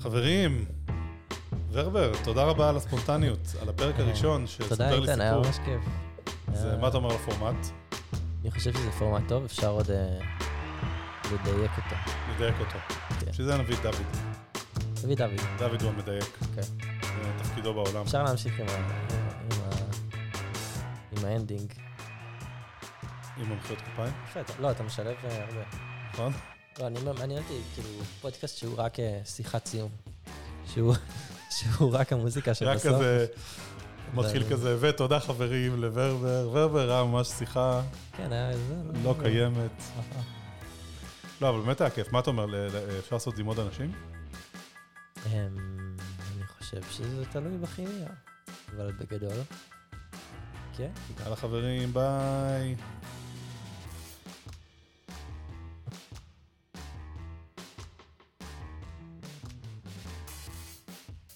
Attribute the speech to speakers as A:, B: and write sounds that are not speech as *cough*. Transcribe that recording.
A: חברים, ורבר, תודה רבה על הספונטניות, על הפרק
B: אה,
A: הראשון
B: תודה
A: שספר לי
B: איתן, היה
A: סיפור.
B: ממש אה, כיף.
A: זה
B: היה-
A: מה אתה אומר לפורמט?
B: אני חושב שזה פורמט טוב, אפשר עוד אה, לדייק אותו.
A: נדייק אותו.
B: כן.
A: בשביל זה נביא את דוד.
B: דוד דוד,
A: דוד הוא המדייק,
B: אוקיי.
A: זה תפקידו בעולם.
B: אפשר להמשיך עם ה- עם ה- עם האנדינג.
A: עם מומחיות כפיים,
B: יפה, אתה- לא, אתה משלב אה, הרבה.
A: נכון?
B: לא, אני אומר, מעניין אותי, כאילו, פודקאסט שהוא רק אה, שיחת סיום. שהוא *laughs* שהוא רק המוזיקה
A: רק
B: שבסוף.
A: כזה, מתחיל
B: זה-
A: כזה, ותודה חברים לוורבר. ורבר היה ממש שיחה
B: כן, היה איזה...
A: לא קיימת. לא, אבל באמת היה כיף. מה אתה אומר, ל- ל- אפשר לעשות את זה עם עוד אנשים?
B: אמ, אני חושב שזה תלוי בכימיה, אבל בגדול. כן.
A: יאללה חברים, ביי.